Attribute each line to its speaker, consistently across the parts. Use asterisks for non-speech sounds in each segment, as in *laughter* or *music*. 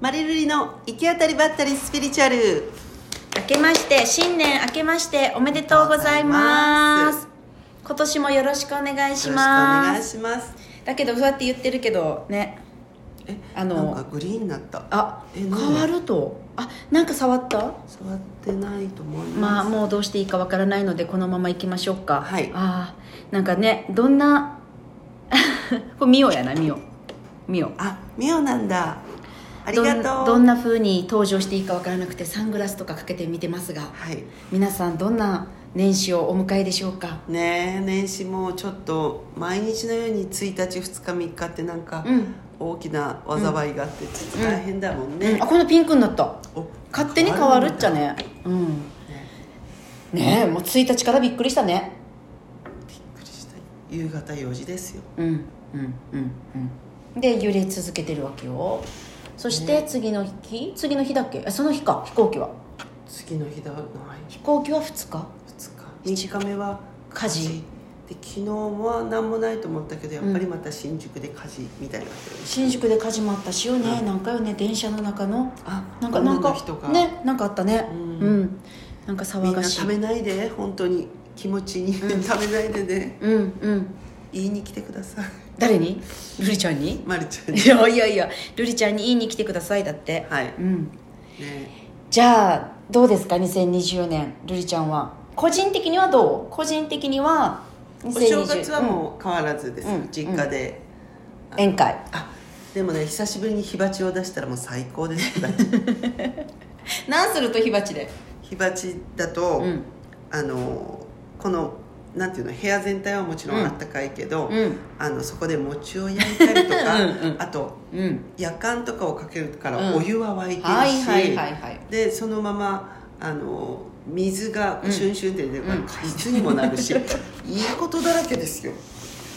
Speaker 1: マリルリの行き当たりばったりスピリチュアル
Speaker 2: 明けまして新年明けましておめでとうござい
Speaker 1: おめでと
Speaker 2: ます
Speaker 1: うございます
Speaker 2: 今年もよろしくお願いし
Speaker 1: よろしくお願
Speaker 2: ま
Speaker 1: い
Speaker 2: す
Speaker 1: します
Speaker 2: だけどそうやって言ってるけどね
Speaker 1: え
Speaker 2: あの
Speaker 1: なんかグリーンになった
Speaker 2: あ
Speaker 1: え
Speaker 2: 変
Speaker 1: なんで
Speaker 2: わるとあなんか触った
Speaker 1: 触ってないと思い
Speaker 2: ま
Speaker 1: ま
Speaker 2: あ
Speaker 1: す、
Speaker 2: もうどうしていいかわからないのでこのまま行きましょうか
Speaker 1: はい
Speaker 2: あーなんかねどんな *laughs* これミオやなミオミオ
Speaker 1: あミオなんだありがとう
Speaker 2: どんどんな風に登場していいかわからなくてサングラスとかかけてみてますが
Speaker 1: はい
Speaker 2: 皆さんどんな年始をお迎えでしょうか
Speaker 1: ねえ年始もちょっと毎日のように1日2日3日ってなんか
Speaker 2: うん
Speaker 1: 大きな災いがあってちょっと大変だもんね、
Speaker 2: あこのピンクになった
Speaker 1: お
Speaker 2: 勝手に変わるっちゃねうんねえもう1日からびっくりしたね
Speaker 1: びっくりした夕方4時ですよ
Speaker 2: うんうんうんうんで揺れ続けてるわけよそして次の日、次の日だっけあその日か飛行機は
Speaker 1: 次の日だない
Speaker 2: 飛行機は2日
Speaker 1: 2日3日目は
Speaker 2: 火事
Speaker 1: で昨日は何もないと思ったけどやっぱりまた新宿で火事みたいになってる、
Speaker 2: 新宿で火事もあったしよね、なんかよね電車の中の
Speaker 1: あ
Speaker 2: なんかなん
Speaker 1: 女
Speaker 2: か
Speaker 1: の人が、
Speaker 2: ねなんかあったねう
Speaker 1: うんん、
Speaker 2: なんか
Speaker 1: み
Speaker 2: 騒
Speaker 1: んな
Speaker 2: がしい
Speaker 1: 食べないで本当に気持ちに食べないでね
Speaker 2: うんうん
Speaker 1: 言いに来てくだ
Speaker 2: *laughs*
Speaker 1: さい
Speaker 2: 誰にルリちゃんに
Speaker 1: まるちゃんに
Speaker 2: いやいやいやルリちゃんに言いに来てくださいだって
Speaker 1: はいね
Speaker 2: うんじゃあどうですか2024年ルリちゃんは個人的にはどう個人的には
Speaker 1: お
Speaker 2: 2020
Speaker 1: 正月はもう変わらずです、
Speaker 2: うん
Speaker 1: 実家で、
Speaker 2: うん宴会
Speaker 1: あでもね久しぶりに火鉢を出したらもう最高です火
Speaker 2: *laughs*
Speaker 1: 鉢
Speaker 2: 何すると火鉢で
Speaker 1: 火鉢だと、
Speaker 2: うん
Speaker 1: あのこのなんていうの部屋全体はもちろんあったかいけど、
Speaker 2: うん
Speaker 1: あのそこで餅を焼いたりとか
Speaker 2: うんうん
Speaker 1: あと
Speaker 2: うん
Speaker 1: 夜間とかをかけるか
Speaker 2: うん
Speaker 1: らお湯は沸いてるし、
Speaker 2: はいはいはいはい
Speaker 1: でそのままあの水が
Speaker 2: うん
Speaker 1: シュンシュンって出るから
Speaker 2: うん
Speaker 1: 加湿にもな
Speaker 2: *laughs*
Speaker 1: るし、いいことだらけですよ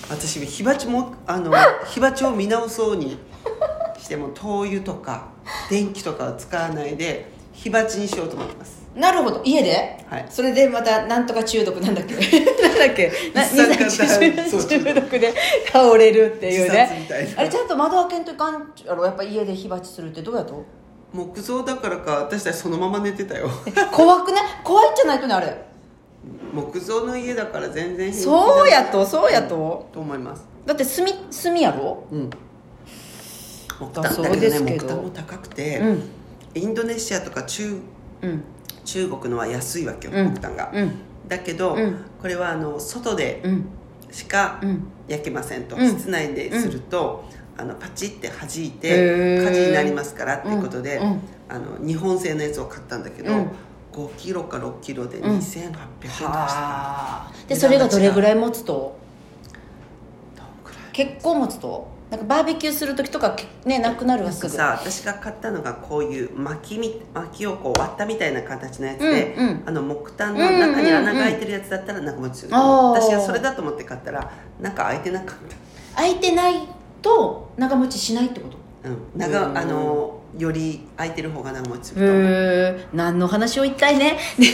Speaker 1: 私火鉢もあ
Speaker 2: *laughs*
Speaker 1: の火鉢を見直そうにしても灯油とか電気とかは使わないで火鉢にしようと思ってます
Speaker 2: なるほど家で、
Speaker 1: はい
Speaker 2: それでまたなんとか中毒なんだ
Speaker 1: *laughs*
Speaker 2: っけなんだっけな
Speaker 1: 一酸化
Speaker 2: 二酸化
Speaker 1: 炭素中毒
Speaker 2: 中毒で倒れるっていう
Speaker 1: 自殺
Speaker 2: ね
Speaker 1: みたいな
Speaker 2: あれちゃんと窓開けんといかんやろやっぱ家で火鉢するってどうやと
Speaker 1: 木造だからか私たちそのまま寝てたよ *laughs*
Speaker 2: 怖くね怖いんじゃないとねあれ
Speaker 1: 木造の家だから全然平気じゃない
Speaker 2: そうやとそうやと
Speaker 1: と思います
Speaker 2: だって炭炭やろ
Speaker 1: うん木炭
Speaker 2: だ
Speaker 1: だ
Speaker 2: そ
Speaker 1: け
Speaker 2: う
Speaker 1: どね
Speaker 2: ですけど
Speaker 1: 木炭も高くて、
Speaker 2: うん
Speaker 1: インドネシアとか中
Speaker 2: うん
Speaker 1: 中国のは安いわけよ、
Speaker 2: うん
Speaker 1: 木炭が、
Speaker 2: うん
Speaker 1: だけど、
Speaker 2: うん
Speaker 1: これはあの外で
Speaker 2: うん
Speaker 1: しか
Speaker 2: うん
Speaker 1: 焼けませんと、
Speaker 2: うん
Speaker 1: 室内ですると、あのパチって弾い
Speaker 2: へ
Speaker 1: て
Speaker 2: ー
Speaker 1: 火事になりますからっていうことで、
Speaker 2: うんうん
Speaker 1: あの日本製のやつを買ったんだけど、
Speaker 2: うん
Speaker 1: 5キロか6キロで2800
Speaker 2: うん
Speaker 1: 円出してた、
Speaker 2: はあでそれがどれぐらい持つと
Speaker 1: どんくらい
Speaker 2: 結構持つとなんかバーベキューする時とかけねなくなるわ
Speaker 1: なん
Speaker 2: す
Speaker 1: か
Speaker 2: ぐ
Speaker 1: さ私が買ったのがこういう巻きみ巻きをこう割ったみたいな形のやつで、
Speaker 2: うんうん
Speaker 1: あの木炭の中に穴が開いてるやつだったら中持ちする、
Speaker 2: うんうんうん
Speaker 1: 私はそれだと思って買ったら中開いてなかっ
Speaker 2: 空いてないと長持ちしないってこと
Speaker 1: た、うん長
Speaker 2: うん
Speaker 1: あのより開いてる方が長持ちすると思う
Speaker 2: へえ何の話を一
Speaker 1: *laughs*
Speaker 2: 体ね
Speaker 1: ね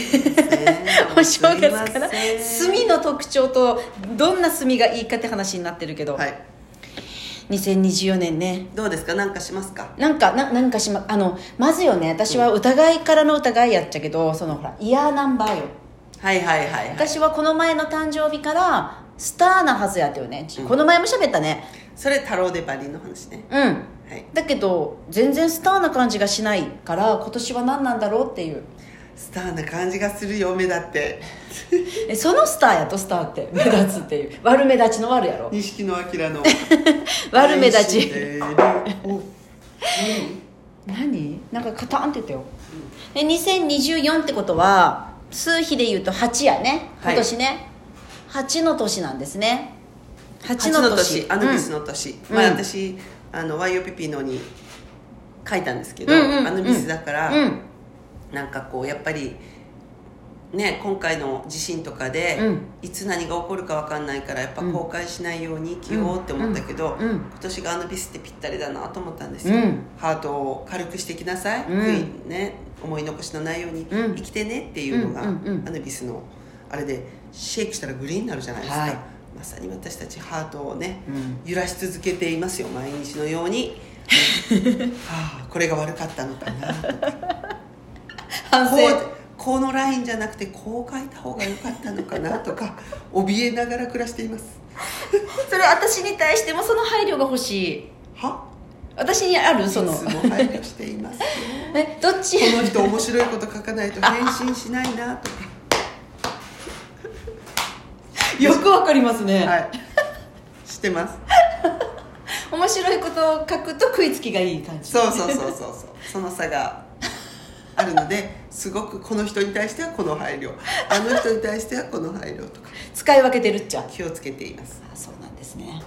Speaker 1: *laughs*
Speaker 2: お正月から
Speaker 1: すいません
Speaker 2: 炭の特徴とどんな炭がいいかって話になってるけど、
Speaker 1: はい
Speaker 2: 2024年ね
Speaker 1: どうですかなんかしますか
Speaker 2: なんかななんかしまあのまずよね私は疑いからの疑いやっちゃけどそのほらイヤーナンバーよ
Speaker 1: はいはいはい、はい、
Speaker 2: 私はこの前の誕生日からスターなはずやってよね、
Speaker 1: うん
Speaker 2: この前も喋ったね
Speaker 1: それ太郎でバリの話ね
Speaker 2: うん
Speaker 1: はい
Speaker 2: だけど全然スターな感じがしないから今年は何なんだろうっていう
Speaker 1: スターな感じがするよ目立って
Speaker 2: えそのスターやとスターって目立つっていう悪目立ちの悪やろ
Speaker 1: 錦野明 *laughs* の
Speaker 2: 悪目立
Speaker 1: *laughs* 愛し
Speaker 2: ち
Speaker 1: てるお
Speaker 2: 何なんかカタンって言ったよで2024ってことは数比で言うと8やね
Speaker 1: はい
Speaker 2: 今年ね、8の年なんですね
Speaker 1: 八
Speaker 2: 8
Speaker 1: の
Speaker 2: の
Speaker 1: 年
Speaker 2: 年
Speaker 1: アヌビ
Speaker 2: う
Speaker 1: ス
Speaker 2: ん
Speaker 1: の年、
Speaker 2: うん
Speaker 1: まあ私あの YOPP のに書いたんですけど、
Speaker 2: うんうん
Speaker 1: アヌビスだから、
Speaker 2: うん
Speaker 1: なんかこうやっぱりね今回の地震とかで、
Speaker 2: うん
Speaker 1: いつ何が起こるかわかんないからやっぱ
Speaker 2: うん
Speaker 1: 後悔しないように生きようって思ったけど、
Speaker 2: うんうん
Speaker 1: 今年がアヌビスってぴったりだなと思ったんですよ、
Speaker 2: うん
Speaker 1: ハートを軽くしていきなさい、
Speaker 2: うん
Speaker 1: 悔いね思い残しのないように
Speaker 2: うん
Speaker 1: 生きてねっていうのが、
Speaker 2: うんうんうん
Speaker 1: アヌビスのあれでシェイクしたらグリーンになるじゃないですか、
Speaker 2: はい
Speaker 1: まさに私たちハートをね、
Speaker 2: うん *laughs*
Speaker 1: 揺らし続けていますよ毎日のようにああこれが悪かったのかなとか
Speaker 2: 反
Speaker 1: こうこのラインじゃなくてこう書いた方が良かったのかなと
Speaker 2: *laughs*
Speaker 1: か怯えながら暮らしています
Speaker 2: それ私に対してもその配慮が欲しい
Speaker 1: は
Speaker 2: 私にある
Speaker 1: いつ
Speaker 2: そ
Speaker 1: も
Speaker 2: の
Speaker 1: 配慮していますこ
Speaker 2: えどっち
Speaker 1: の人面白いこと書かないと返信しないなとか
Speaker 2: よくわかりますね、
Speaker 1: はいしてます
Speaker 2: 面白いことを書くと食いつきがいい感じ
Speaker 1: そうそうそうそうそうその差があるのですごくこの人に対してはこの配慮あの人に対してはこの配慮とか
Speaker 2: 使い分けてるっちゃ
Speaker 1: 気をつけています
Speaker 2: あそうなんですね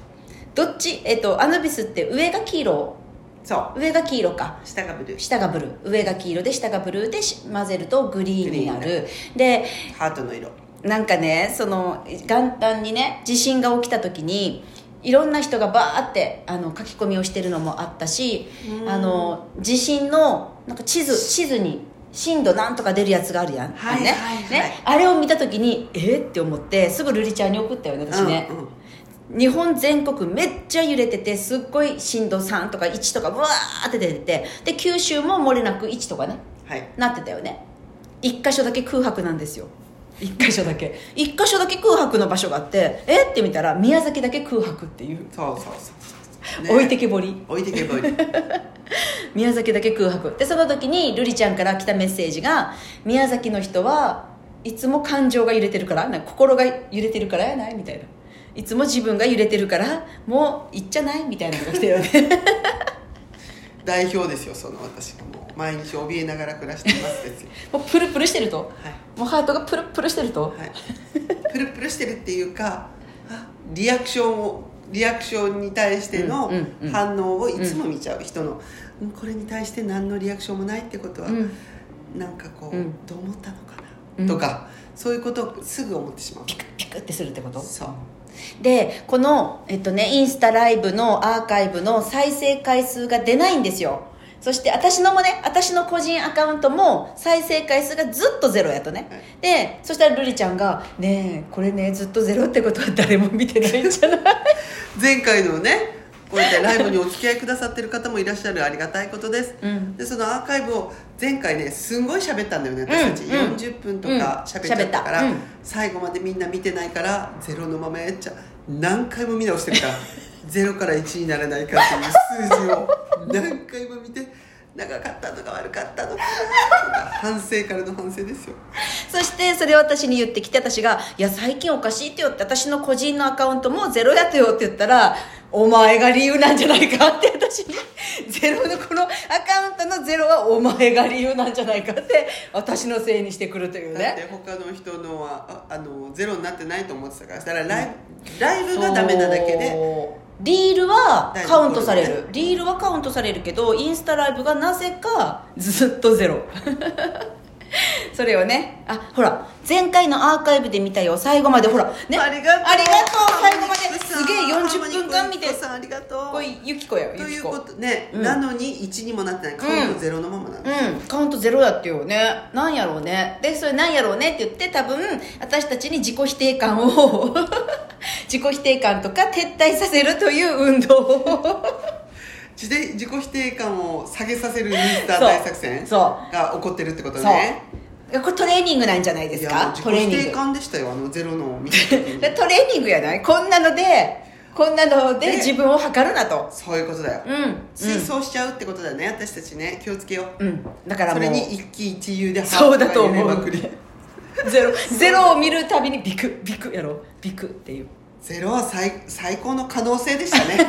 Speaker 2: どっちえっとアヌビスって上が黄色
Speaker 1: そ
Speaker 2: 上が黄色か
Speaker 1: う下がブルー
Speaker 2: 下がブルー上が黄色で下がブルーでし混ぜるとグリーンにな
Speaker 1: グリ
Speaker 2: るで
Speaker 1: ハートの色
Speaker 2: なんかねその元旦にね地震が起きた時にいろんな人がバーってあの書き込みをしてるのもあったし
Speaker 1: うん
Speaker 2: あの地震のなんか地図地図に震度なんとか出るやつがあるやん、
Speaker 1: はい
Speaker 2: ね
Speaker 1: はいはい
Speaker 2: ね、あれを見た時にえーって思ってすぐルリちゃんに送ったよね私ね、
Speaker 1: うんうん
Speaker 2: 日本全国めっちゃ揺れててすっごい震度3とか1とかブワーって出ててで九州も漏れなく1とかね
Speaker 1: はい
Speaker 2: なってたよね一箇所だけ空白なんですよ一箇所だけ一箇所だけ空白の場所があってえって見たら宮崎だけ空白っていう、
Speaker 1: そうそうそうそう、
Speaker 2: 置いてけぼり
Speaker 1: 置いてけぼり
Speaker 2: 宮崎だけ空白でその時に瑠璃ちゃんから来たメッセージが宮崎の人はいつも感情が揺れてるからなんか心が揺れてるからやないみたいないつも自分が揺れてるからもう行っちゃないみたいなのが来たよ
Speaker 1: *laughs*
Speaker 2: ね
Speaker 1: 代表ですよその私がもう毎日怯えながら暮らしていますですよ
Speaker 2: もうプルプルしてると
Speaker 1: はい
Speaker 2: もうハートがプルプルしてると
Speaker 1: はい、プルプルしてるっていうかあリアクションをリアクションに対しての
Speaker 2: うんうんうん
Speaker 1: 反応をいつも見ちゃう人の、うんこれに対して何のリアクションもないってことは、
Speaker 2: うん
Speaker 1: なんかこう、
Speaker 2: うん
Speaker 1: どう思ったのかな、
Speaker 2: うん
Speaker 1: とかそういうことをすぐ思ってしまう
Speaker 2: ピクピクってするってこと
Speaker 1: そう
Speaker 2: でこの、えっとね、インスタライブのアーカイブの再生回数が出ないんですよそして私のもね私の個人アカウントも再生回数がずっとゼロやとね、
Speaker 1: はい
Speaker 2: でそしたら瑠璃ちゃんが「ねえこれねずっとゼロってことは誰も見てないんじゃない
Speaker 1: 前回のねこうやってライブにお付き合いくださってる方もいらっしゃるありがたいことです、
Speaker 2: うん
Speaker 1: でそのアーカイブを前回ねすんごい喋ったんだよね私たち、
Speaker 2: うんうん
Speaker 1: 40分とか喋っちゃったから、
Speaker 2: うん喋ったうん
Speaker 1: 最後までみんな見てないからゼロのままやっちゃ何回も見直して
Speaker 2: *laughs*
Speaker 1: るからゼロから1にならないかっていう数字を何回も見て長かったのか悪かったのかとか反省からの反省ですよ
Speaker 2: そしてそれを私に言ってきて私が「いや最近おかしいってよ」って私の個人のアカウントもゼロやってよって言ったら「お前が理由なんじゃないか」って私にゼロのこのアカウントのゼロはお前が理由なんじゃないかって私のせいにしてくるという
Speaker 1: だって
Speaker 2: ね
Speaker 1: 他の人のはああのゼロになってないと思ってたからだからライブ,、ライブがダメなだけで
Speaker 2: そうリールはカウントされ
Speaker 1: だいぶ
Speaker 2: るリールはカウントされるけどインスタライブがなぜかずっとゼロ *laughs* それをねあほら前回のアーカイブで見たよ最後までほらね
Speaker 1: ありがとう
Speaker 2: ありがとう最後まですげ
Speaker 1: さん
Speaker 2: え40分間見て
Speaker 1: マニコさんありがとう
Speaker 2: これゆきこよ
Speaker 1: と
Speaker 2: ゆ
Speaker 1: い
Speaker 2: き
Speaker 1: う
Speaker 2: こ
Speaker 1: ことね、
Speaker 2: うん
Speaker 1: なのに1にもなってないカウントゼロのままなんで
Speaker 2: うんカウントゼロやってよねなんやろうねでそれなんやろうねって言って多分私たちに自己否定感を *laughs* 自己否定感とか撤退させるという運動を
Speaker 1: 自で自己否定感を下げさせるインスター大作戦
Speaker 2: そう
Speaker 1: が起こってるってことね
Speaker 2: そうこれトレーニングなんじゃないです
Speaker 1: いやも
Speaker 2: か
Speaker 1: う
Speaker 2: トレー
Speaker 1: 自己否
Speaker 2: ニン
Speaker 1: 定
Speaker 2: グ
Speaker 1: 感でしたよあのゼロのを見た時に
Speaker 2: *laughs* でトレーニングやないこんなのでこんなので
Speaker 1: ね
Speaker 2: 自分を測るなと
Speaker 1: そういうことだよ、
Speaker 2: うん
Speaker 1: 追走しちゃうってことだよね私たちね気をつけよう、
Speaker 2: うん、うん、だから
Speaker 1: そ
Speaker 2: も
Speaker 1: れ
Speaker 2: う
Speaker 1: に一喜一憂で
Speaker 2: そうだと思う
Speaker 1: ハートが揺れまくり
Speaker 2: ゼロゼロを見るたびにビクビクやろビクっていう
Speaker 1: ゼロは最最高の可能性でした
Speaker 2: *laughs*
Speaker 1: ね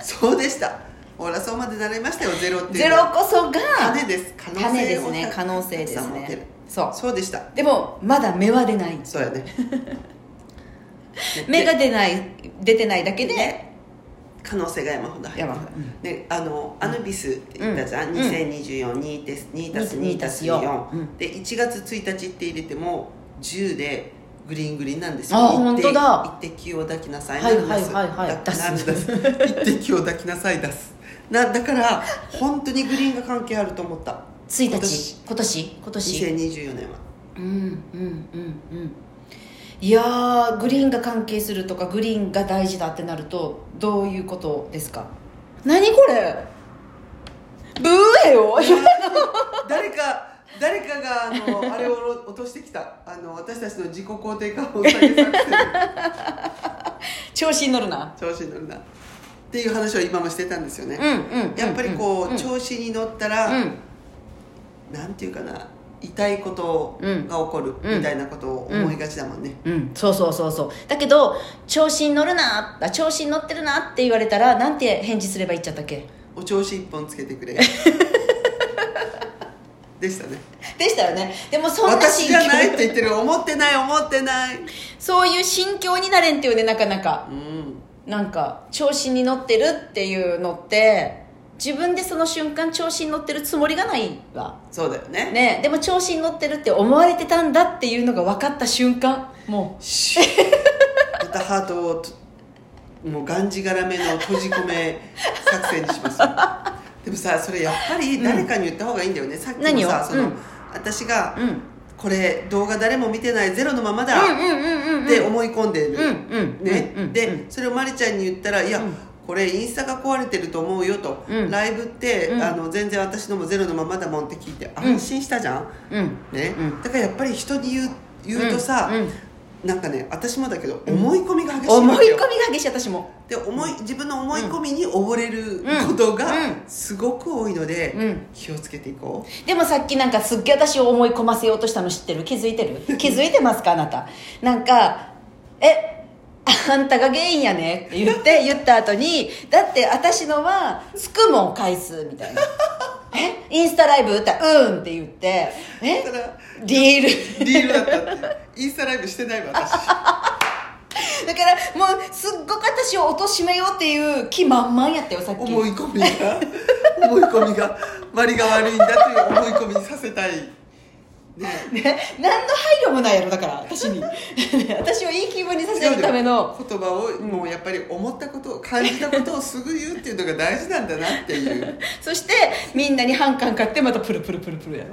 Speaker 1: そうでしたオラそうまで習いましたよゼロってい
Speaker 2: ゼ
Speaker 1: うの
Speaker 2: ロ
Speaker 1: は
Speaker 2: こそが
Speaker 1: 種です可能性を
Speaker 2: 種ですね可能性ですね
Speaker 1: たくさん持ってる
Speaker 2: そう
Speaker 1: そうでした
Speaker 2: でもまだ芽は出ない
Speaker 1: そう
Speaker 2: *laughs*
Speaker 1: やね
Speaker 2: 芽が出ない出てないだけで、
Speaker 1: 可能性が山ほど入って
Speaker 2: 山
Speaker 1: る
Speaker 2: ほどうん
Speaker 1: であのアヌビスって言ったじゃん、
Speaker 2: うん
Speaker 1: 2024 2たす2たす
Speaker 2: う
Speaker 1: 4
Speaker 2: ん
Speaker 1: で1月1日って入れても10でグリーングリーンなんです
Speaker 2: あ
Speaker 1: 一滴
Speaker 2: 本当だ
Speaker 1: 一滴を抱きなさい
Speaker 2: はい
Speaker 1: なるなす
Speaker 2: はいはいはい
Speaker 1: だ
Speaker 2: 出す
Speaker 1: なる出す一滴を抱きなさい出すなだから本当にグリーンが関係あると思った
Speaker 2: 1
Speaker 1: 今
Speaker 2: 日
Speaker 1: 年
Speaker 2: 今年今年
Speaker 1: 2024年は
Speaker 2: うんうんうんうんいやーグリーンが関係するとかグリーンが大事だってなるとどういうことですか何これだよ
Speaker 1: 誰か誰かがあのあれを落としてきたあの私たちの自己肯定感を下げさせて
Speaker 2: *laughs* 調子に乗るな
Speaker 1: 調子に乗るなっていう話を今もしてたんですよね、
Speaker 2: うんうん
Speaker 1: やっぱりこう、
Speaker 2: うん
Speaker 1: 調子に乗ったら、
Speaker 2: うん
Speaker 1: なんていうかな痛いことが起こる
Speaker 2: うん
Speaker 1: みたいなことを思いがちだもんね、
Speaker 2: うん、そうそうそうそうだけど調子に乗るなあ調子に乗ってるなって言われたらなんて返事すればいいっちゃったっけ
Speaker 1: お調子一本つけてく
Speaker 2: *laughs*
Speaker 1: れでしたね
Speaker 2: でしたよねでもそんな
Speaker 1: 私
Speaker 2: 心
Speaker 1: じ
Speaker 2: 境
Speaker 1: ゃないって言ってる思ってない思ってない
Speaker 2: そういう心境になれんっていうねなかなか
Speaker 1: うん
Speaker 2: なんか調子に乗ってるっていうのって自分でその瞬間調子に乗ってるつもりがないわ
Speaker 1: そうだよね
Speaker 2: ねでも調子に乗ってるって思われてたんだっていうのが分かった瞬間も
Speaker 1: シュッまたハートをともうがんじがらめの閉じ込め作戦にします
Speaker 2: *laughs*
Speaker 1: でもさそれやっぱり誰かに言った方がいいんだよね、さっき
Speaker 2: 何
Speaker 1: も
Speaker 2: を
Speaker 1: さその、
Speaker 2: うん
Speaker 1: 私が、
Speaker 2: ううん
Speaker 1: これ動画誰も見てないゼロのままだ
Speaker 2: うんうんうんうんうん
Speaker 1: って思い込んでる、
Speaker 2: うんうん
Speaker 1: ね、
Speaker 2: うんうん
Speaker 1: でそれをまりちゃんに言ったら「いや、
Speaker 2: うん
Speaker 1: これインスタが壊れてると思うよ」と「
Speaker 2: うん
Speaker 1: ライブって、
Speaker 2: うん
Speaker 1: あの全然私のもゼロのままだもん」って聞いて
Speaker 2: うん
Speaker 1: 安心したじゃん、
Speaker 2: うん
Speaker 1: ね
Speaker 2: うん
Speaker 1: だからやっぱり人に言う言うとさ、
Speaker 2: うんうん
Speaker 1: なんかね私もだけど思い込みが激しいわ
Speaker 2: 思
Speaker 1: け
Speaker 2: い込
Speaker 1: よ
Speaker 2: みが激しい私も
Speaker 1: で思い自分の思い込みに溺れることが
Speaker 2: うん
Speaker 1: すごく多いので、
Speaker 2: うん
Speaker 1: 気をつけていこう
Speaker 2: でもさっきなんかすっげえ私を思い込ませようとしたの知ってる気づいてる気づいてますかあなたなんか「えあんたが原因やね」って
Speaker 1: *laughs*
Speaker 2: 言って言った後に「だって私のはつくもん回数」みたいな「えインスタライブ?」って「うん」って言って「え
Speaker 1: だから
Speaker 2: リール
Speaker 1: 理由だった *laughs* ってインスタライブしてないわ
Speaker 2: *laughs*
Speaker 1: 私
Speaker 2: だからもうすっごく私を貶めようっていう気満々やったよさっき
Speaker 1: 思い込みが思い込みがマリが悪いんだという思い込みにさせたいね
Speaker 2: ね、何の配慮もないやろだから私に *laughs* 私をいい気分にさせるための
Speaker 1: 言葉をもうやっぱり思ったことを感じたことをすぐ言うっていうのが大事なんだなっていう
Speaker 2: *laughs* そしてみんなに反感買ってまたプルプルプルプルや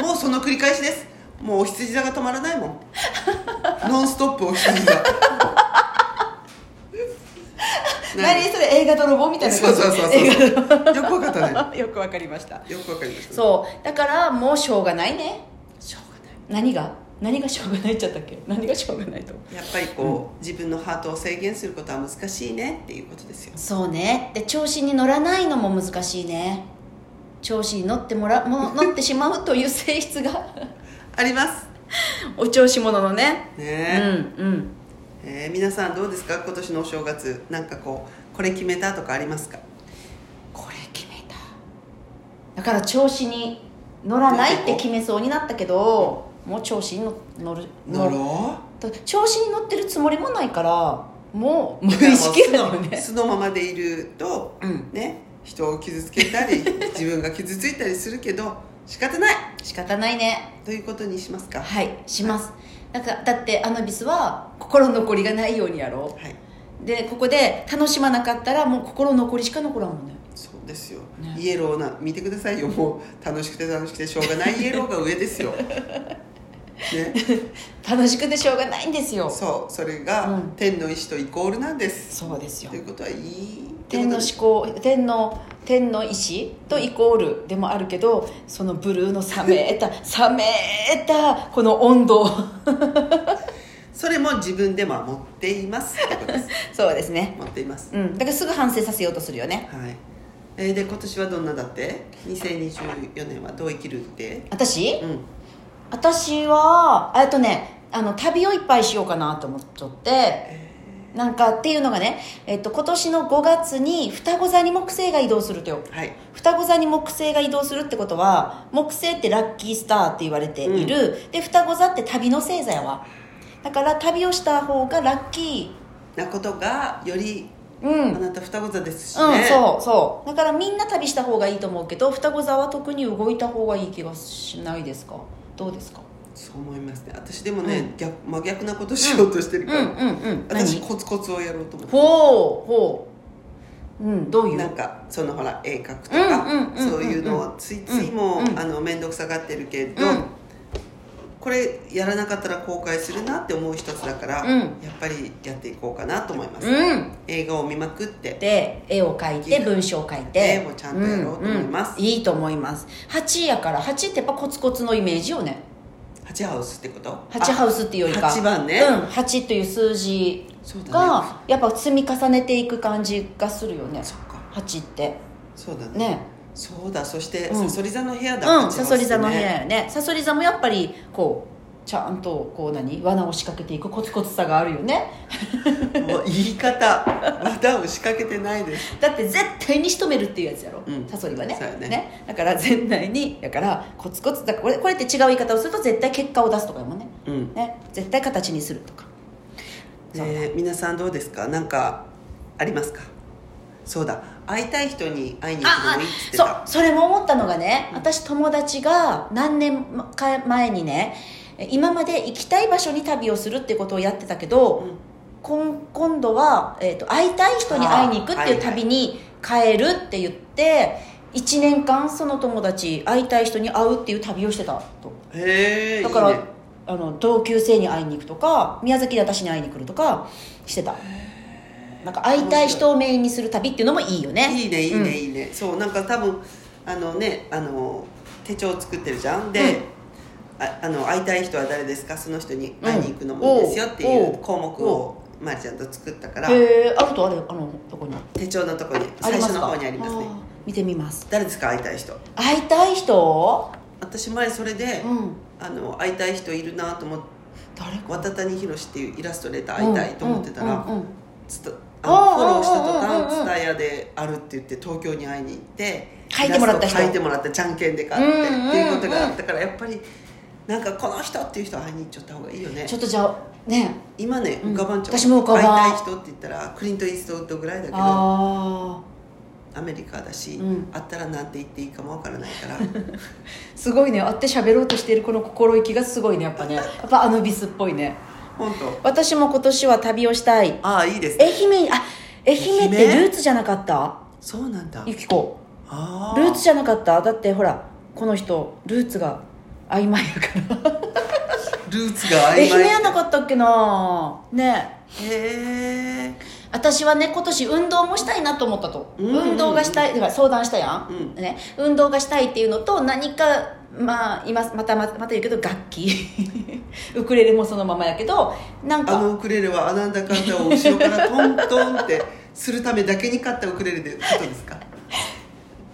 Speaker 2: ろ
Speaker 1: もうその繰り返しですもうお羊座が止まらないもんノンストップお羊座
Speaker 2: *laughs* 何それ映画泥棒みたいな
Speaker 1: そうそうそう
Speaker 2: 映
Speaker 1: そうよくわかったね
Speaker 2: *laughs* 画よくわかりました
Speaker 1: よくわかりました
Speaker 2: そうだからもうしょうがないね
Speaker 1: しょう
Speaker 2: 何が何がしょうがないっちゃったっけ何がしょうがないと
Speaker 1: がないやっぱりこう、自分のハートを制限することは難しいねっていうことですよ
Speaker 2: そうねで調子に乗らないのも難しいね調子に乗ってもらも乗ってしまうという性質が
Speaker 1: あります
Speaker 2: *laughs* お調子者のね
Speaker 1: ね
Speaker 2: うんうん
Speaker 1: えー皆さんどうですか今年のお正月なんかこうこれ決めたとかありますか
Speaker 2: これ決めただから調子に乗らないって決めそうになったけどもう調子に乗乗る
Speaker 1: 乗ろ
Speaker 2: だから調子に乗ってるつもりもないからもう無
Speaker 1: う
Speaker 2: 意識だよ
Speaker 1: だからもう
Speaker 2: ね
Speaker 1: 素の素のままでいると、
Speaker 2: うん
Speaker 1: ね人を傷つけた
Speaker 2: *laughs*
Speaker 1: り自分が傷ついたりするけど仕方ない
Speaker 2: 仕方ないね
Speaker 1: ということにしますかは
Speaker 2: はいしますだからだってアナビスは心残りがないようにやろ
Speaker 1: い、
Speaker 2: うでここで楽しまなかったらもう心残りしか残らんもんね
Speaker 1: そうですよ、
Speaker 2: ね
Speaker 1: イエローな見てくださいよもう楽しくて楽しくてしょうがないイエローが上ですよね、
Speaker 2: 楽しくてしょうがないんですよ
Speaker 1: そうそれが、
Speaker 2: うん
Speaker 1: 天の石とイコールなんです
Speaker 2: そうですよ
Speaker 1: ということはいい
Speaker 2: 天の
Speaker 1: 石
Speaker 2: 思考天の天の意志とイコールでもあるけどそのブルーの冷めた冷めたこの温度 *laughs*
Speaker 1: それも自分で守っていますってことです
Speaker 2: そうですね
Speaker 1: 守っています
Speaker 2: うんだからすぐ反省させようとするよね
Speaker 1: はい、えーで今年はどんなだって2024年はどう生きるって
Speaker 2: 私
Speaker 1: うん
Speaker 2: 私はえっとねあの旅をいっぱいしようかなと思っちゃってなんかっていうのがね、えっと、今年の5月に双子座に木星が移動するとよ
Speaker 1: はい
Speaker 2: 双子座に木星が移動するってことは木星ってラッキースターって言われている、で双子座って旅の星座やわだから旅をした方がラッキ
Speaker 1: なことがより、
Speaker 2: ーうん、
Speaker 1: あなた双子座ですしね、
Speaker 2: うんそうそうだからみんな旅した方がいいと思うけど双子座は特に動いた方がいい気がしないですかどうですか
Speaker 1: そう思いますね私でもね、逆真逆なことしようとしてる
Speaker 2: うん
Speaker 1: から、
Speaker 2: うんうん
Speaker 1: 私
Speaker 2: 何
Speaker 1: コツコツをやろうと思って
Speaker 2: ほうほううんどういう
Speaker 1: なんかそのほら絵描くとか、
Speaker 2: うんうんうんうん
Speaker 1: そういうのをついついもう、
Speaker 2: うんうん
Speaker 1: あの面倒くさがってるけど、
Speaker 2: うん
Speaker 1: これやらなかったら後悔するなって思う一つだから、
Speaker 2: うん
Speaker 1: やっぱりやっていこうかなと思います、
Speaker 2: うん
Speaker 1: 映画を見まくって
Speaker 2: で絵を描いて文章を書いて
Speaker 1: 絵もちゃんとやろうと思います
Speaker 2: うんうんいいと思います8やから8ってやっぱコツコツのイメージよね
Speaker 1: 8ハウスってこと
Speaker 2: 8ハウスっていうよりか
Speaker 1: あ8番ね
Speaker 2: うん、8という数字
Speaker 1: そうだね
Speaker 2: がやっぱ積み重ねていく感じがするよね
Speaker 1: そっか
Speaker 2: 8って
Speaker 1: そうだね
Speaker 2: ね
Speaker 1: そうだそして、
Speaker 2: う
Speaker 1: さ
Speaker 2: ん
Speaker 1: そり座の部屋だ
Speaker 2: う
Speaker 1: 8ハ
Speaker 2: ん
Speaker 1: ウスね
Speaker 2: さそり座の部屋よねさそり座もやっぱりこうちゃんとこう何罠を仕掛けていくコツコツさがあるよね
Speaker 1: もう言い方技を仕掛けてないです
Speaker 2: だって絶対に仕留めるっていうやつやろ、
Speaker 1: うん
Speaker 2: サソリはね
Speaker 1: そうやね
Speaker 2: だから絶対にだからコツコツだからこれこれって違う言い方をすると絶対結果を出すとかやもんね,、
Speaker 1: うん
Speaker 2: ね絶対形にするとかそう
Speaker 1: えー、皆さんどうですかなんかありますかそうだ会いたい人に会いに行くのもいいっつって
Speaker 2: そう
Speaker 1: た
Speaker 2: それも思ったのがね、私友達が何年か前にね今まで行きたい場所に旅をするってことをやってたけど、
Speaker 1: うん
Speaker 2: 今今度は、えー、と会いたい人に会いに行くっていう旅に帰るって言って1年間その友達会いたい人に会うっていう旅をしてたと
Speaker 1: へえ
Speaker 2: だから
Speaker 1: いい、ね、
Speaker 2: あの同級生に会いに行くとか宮崎で私に会いに来るとかしてたなんか会いたい人をメインにする旅っていうのもいいよね
Speaker 1: いいねいい
Speaker 2: うん
Speaker 1: ねいいねそうなんか多分あのねあの手帳を作ってるじゃんで、ああの会いたい人は誰ですかその人に会いに行くのもいいですよってい
Speaker 2: おう
Speaker 1: う項目をまりちゃんと作ったから
Speaker 2: へえあるとあるあのどこに
Speaker 1: 手帳のとこに
Speaker 2: あ
Speaker 1: 最
Speaker 2: ります
Speaker 1: 初
Speaker 2: か
Speaker 1: の方にありますね
Speaker 2: あー見てみます
Speaker 1: 誰ですか会いたい人
Speaker 2: 会いたい人
Speaker 1: 私前それで、
Speaker 2: うん
Speaker 1: あの会いたい人いるなと思って
Speaker 2: 誰か
Speaker 1: 渡谷宏っていうイラストレーター会いたいと思ってたら、
Speaker 2: うんうんうん
Speaker 1: つたあの
Speaker 2: あー
Speaker 1: フォローした途
Speaker 2: うんうんうんう
Speaker 1: 端
Speaker 2: ん
Speaker 1: ツタヤであるって言って東京に会いに行って
Speaker 2: 書いてもらった人
Speaker 1: イラストを書いてもらったじゃんけんで買って、
Speaker 2: うんうんうん
Speaker 1: っていうことがあったからやっぱりなんかこの人っていう人会いに行っちゃった方がいいよね
Speaker 2: ちょっとじゃあね
Speaker 1: 今ね
Speaker 2: うん
Speaker 1: 浮かばんちゃう、
Speaker 2: 私も浮かばん
Speaker 1: 会いたい人って言ったらクリント・イーストウッドぐらいだけどア
Speaker 2: ああ
Speaker 1: メリカだし、
Speaker 2: うん
Speaker 1: 会ったらなんて言っていいかもわからないから
Speaker 2: すごいね会って喋ろうとしているこの心意気がすごいねやっぱねやっぱアヌビスっぽいね
Speaker 1: 本当
Speaker 2: 私も今年は旅をしたい
Speaker 1: ああいいですね
Speaker 2: 愛媛にあ愛媛ってルーツじゃなかった
Speaker 1: そうなんだ
Speaker 2: ゆきこ
Speaker 1: ああ
Speaker 2: ルーツじゃなかっただってほらこの人ルーツが曖昧やから
Speaker 1: ルーツが曖
Speaker 2: 愛
Speaker 1: 昧
Speaker 2: 媛やなかったっけなね
Speaker 1: へ
Speaker 2: え
Speaker 1: え
Speaker 2: 私はね今年運動もしたいなと思ったと、
Speaker 1: うんうんうん
Speaker 2: 運動がしたいだから相談したやん、
Speaker 1: うん
Speaker 2: ね、運動がしたいっていうのと何かまあ今またまたまた言うけど楽器 *laughs* ウクレレもそのままやけどなん
Speaker 1: あ
Speaker 2: か
Speaker 1: のウクレレはあなんだかんだを後ろからトントンってするためだけに買ったウクレレでことです
Speaker 2: *laughs*
Speaker 1: か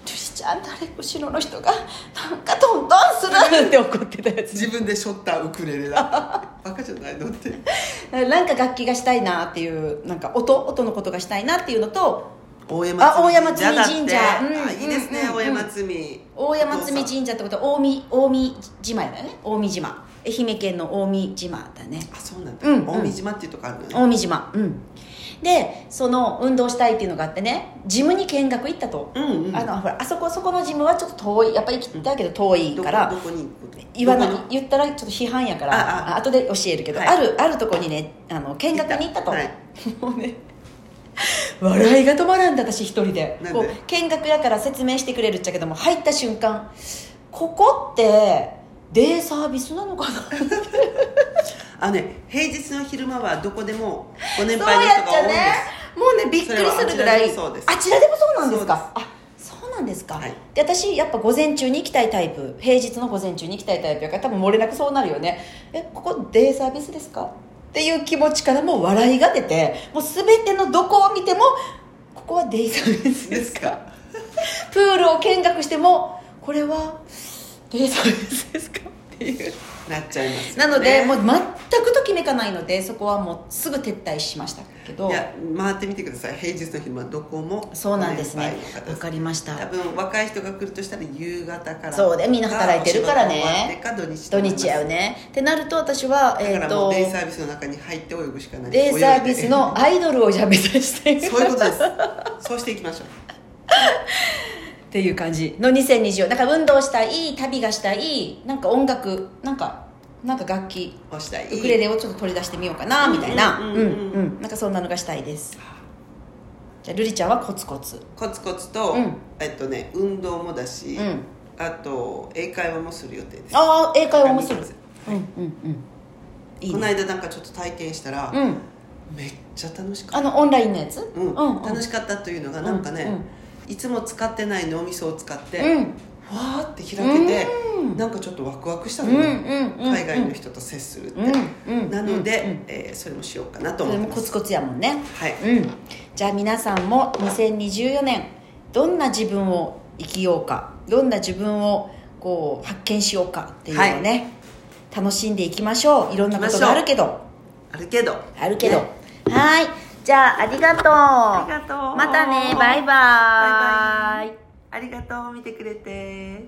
Speaker 2: ジュシちゃん誰後ろの人がなんかトントンするって怒ってたやつ
Speaker 1: 自分でしょったウクレレだ *laughs* バカじゃないのって
Speaker 2: なんか楽器がしたいなっていうなんか音音のことがしたいなっていうのと
Speaker 1: 大
Speaker 2: あ大山
Speaker 1: 山
Speaker 2: 積
Speaker 1: 積神社だって
Speaker 2: 神社うん
Speaker 1: あいいですね、
Speaker 2: うんうん
Speaker 1: 大山積
Speaker 2: 大山積神社ってことは近江近江島やだよね近江島愛媛県の近江島だね
Speaker 1: あそうなんだ、
Speaker 2: うんうん
Speaker 1: 大見島っていうとこあるのね
Speaker 2: 近江島うんでその運動したいっていうのがあってねジムに見学行ったと、
Speaker 1: うんうん
Speaker 2: あのほらあそこそこのジムはちょっと遠いやっぱり行きたいけど遠い
Speaker 1: どこ
Speaker 2: から
Speaker 1: どこに行くこと
Speaker 2: 言わない
Speaker 1: どこの
Speaker 2: 言ったらちょっと批判やから
Speaker 1: ああ
Speaker 2: あ後で教えるけど、
Speaker 1: はい
Speaker 2: あるあるとこにねあの見学に行ったと、
Speaker 1: はい
Speaker 2: *laughs* もうね笑いが止まらんだ私一人で
Speaker 1: なんで
Speaker 2: こう見学やから説明してくれるっちゃけども入った瞬間ここってデイサービスなのかな
Speaker 1: あのね平日の昼間はどこでもご年
Speaker 2: そう
Speaker 1: 配の
Speaker 2: やっ
Speaker 1: 人が
Speaker 2: ち
Speaker 1: 多い
Speaker 2: ゃ
Speaker 1: んです
Speaker 2: ねもうねびっくりするぐらい
Speaker 1: それはあちらでもそうです
Speaker 2: あちらでもそうなんですかあそうなんですか、
Speaker 1: はい
Speaker 2: で私やっぱ午前中に行きたいタイプ平日の午前中に行きたいタイプやから多分漏れなくそうなるよねえここデイサービスですかっていう気持ちからもう笑いが出てもう全てのどこを見てもここはデイサービスです *laughs* かプールを見学してもこれはデイサービスですかっていう
Speaker 1: なっちゃいますよね
Speaker 2: なので、もう全くときめかないのでそこはもうすぐ撤退しましたけど
Speaker 1: いや回ってみてください平日の昼間どこも
Speaker 2: そうなんです
Speaker 1: ご
Speaker 2: ね
Speaker 1: 年配の方
Speaker 2: わかりまし
Speaker 1: 多
Speaker 2: た
Speaker 1: 分若い人が来るとしたら夕方から
Speaker 2: そうでみんな働いてるからね
Speaker 1: お仕事終わってか土日
Speaker 2: 土日やよ
Speaker 1: ね
Speaker 2: ねってなると私はえ
Speaker 1: だか
Speaker 2: っ、
Speaker 1: らも
Speaker 2: と
Speaker 1: うデイサービスの中に入って泳ぐしかない
Speaker 2: デイサービスのアイドルをじゃあ目指して
Speaker 1: 泳い
Speaker 2: い
Speaker 1: で
Speaker 2: く
Speaker 1: そういうことですそうしていきましょう
Speaker 2: っていう感じの2024だから運動したい旅がしたいなんか音楽なんかなんか楽器
Speaker 1: 押したい
Speaker 2: ウクレレをちょっと取り出してみようかなみたいな
Speaker 1: うん
Speaker 2: う
Speaker 1: うんんう
Speaker 2: うん
Speaker 1: うん
Speaker 2: ん、なんかそんなのがしたいですじゃあルリちゃんはコツコツ
Speaker 1: コツコツと、
Speaker 2: うん
Speaker 1: えっとね運動もだし、
Speaker 2: うん
Speaker 1: あと英会話もする予定です
Speaker 2: ああ英会話もするうんうんうんいい
Speaker 1: この
Speaker 2: ね
Speaker 1: 間なんかちょっと体験したら、
Speaker 2: うん
Speaker 1: めっちゃ楽しか
Speaker 2: あ
Speaker 1: った、
Speaker 2: のオンラインのやつ
Speaker 1: うん
Speaker 2: うん
Speaker 1: 楽しかったというのがなんかね、
Speaker 2: うんうん
Speaker 1: いつも使ってない脳みそを使って、わ
Speaker 2: うん
Speaker 1: ーって開けて、
Speaker 2: うん
Speaker 1: なんかちょっとワクワクした
Speaker 2: う
Speaker 1: の
Speaker 2: んうん
Speaker 1: ね、
Speaker 2: うんうん
Speaker 1: 海外の人と接するって、
Speaker 2: うんうん
Speaker 1: なので、
Speaker 2: うんうん
Speaker 1: えーそれもしようかなと
Speaker 2: そ
Speaker 1: 思
Speaker 2: れ
Speaker 1: っ
Speaker 2: も
Speaker 1: てま
Speaker 2: コ
Speaker 1: す
Speaker 2: ツコツやもんね
Speaker 1: はい、
Speaker 2: うんじゃあ皆さんも2024年どんな自分を生きようかどんな自分をこう発見しようかっていうのをね、楽しんでいきましょういろんなことがあるけど
Speaker 1: あるけど
Speaker 2: あるけど、
Speaker 1: ね
Speaker 2: はーいじゃあありがとう
Speaker 1: ありがとう
Speaker 2: またねバイバーイ
Speaker 1: ありがとう見てくれて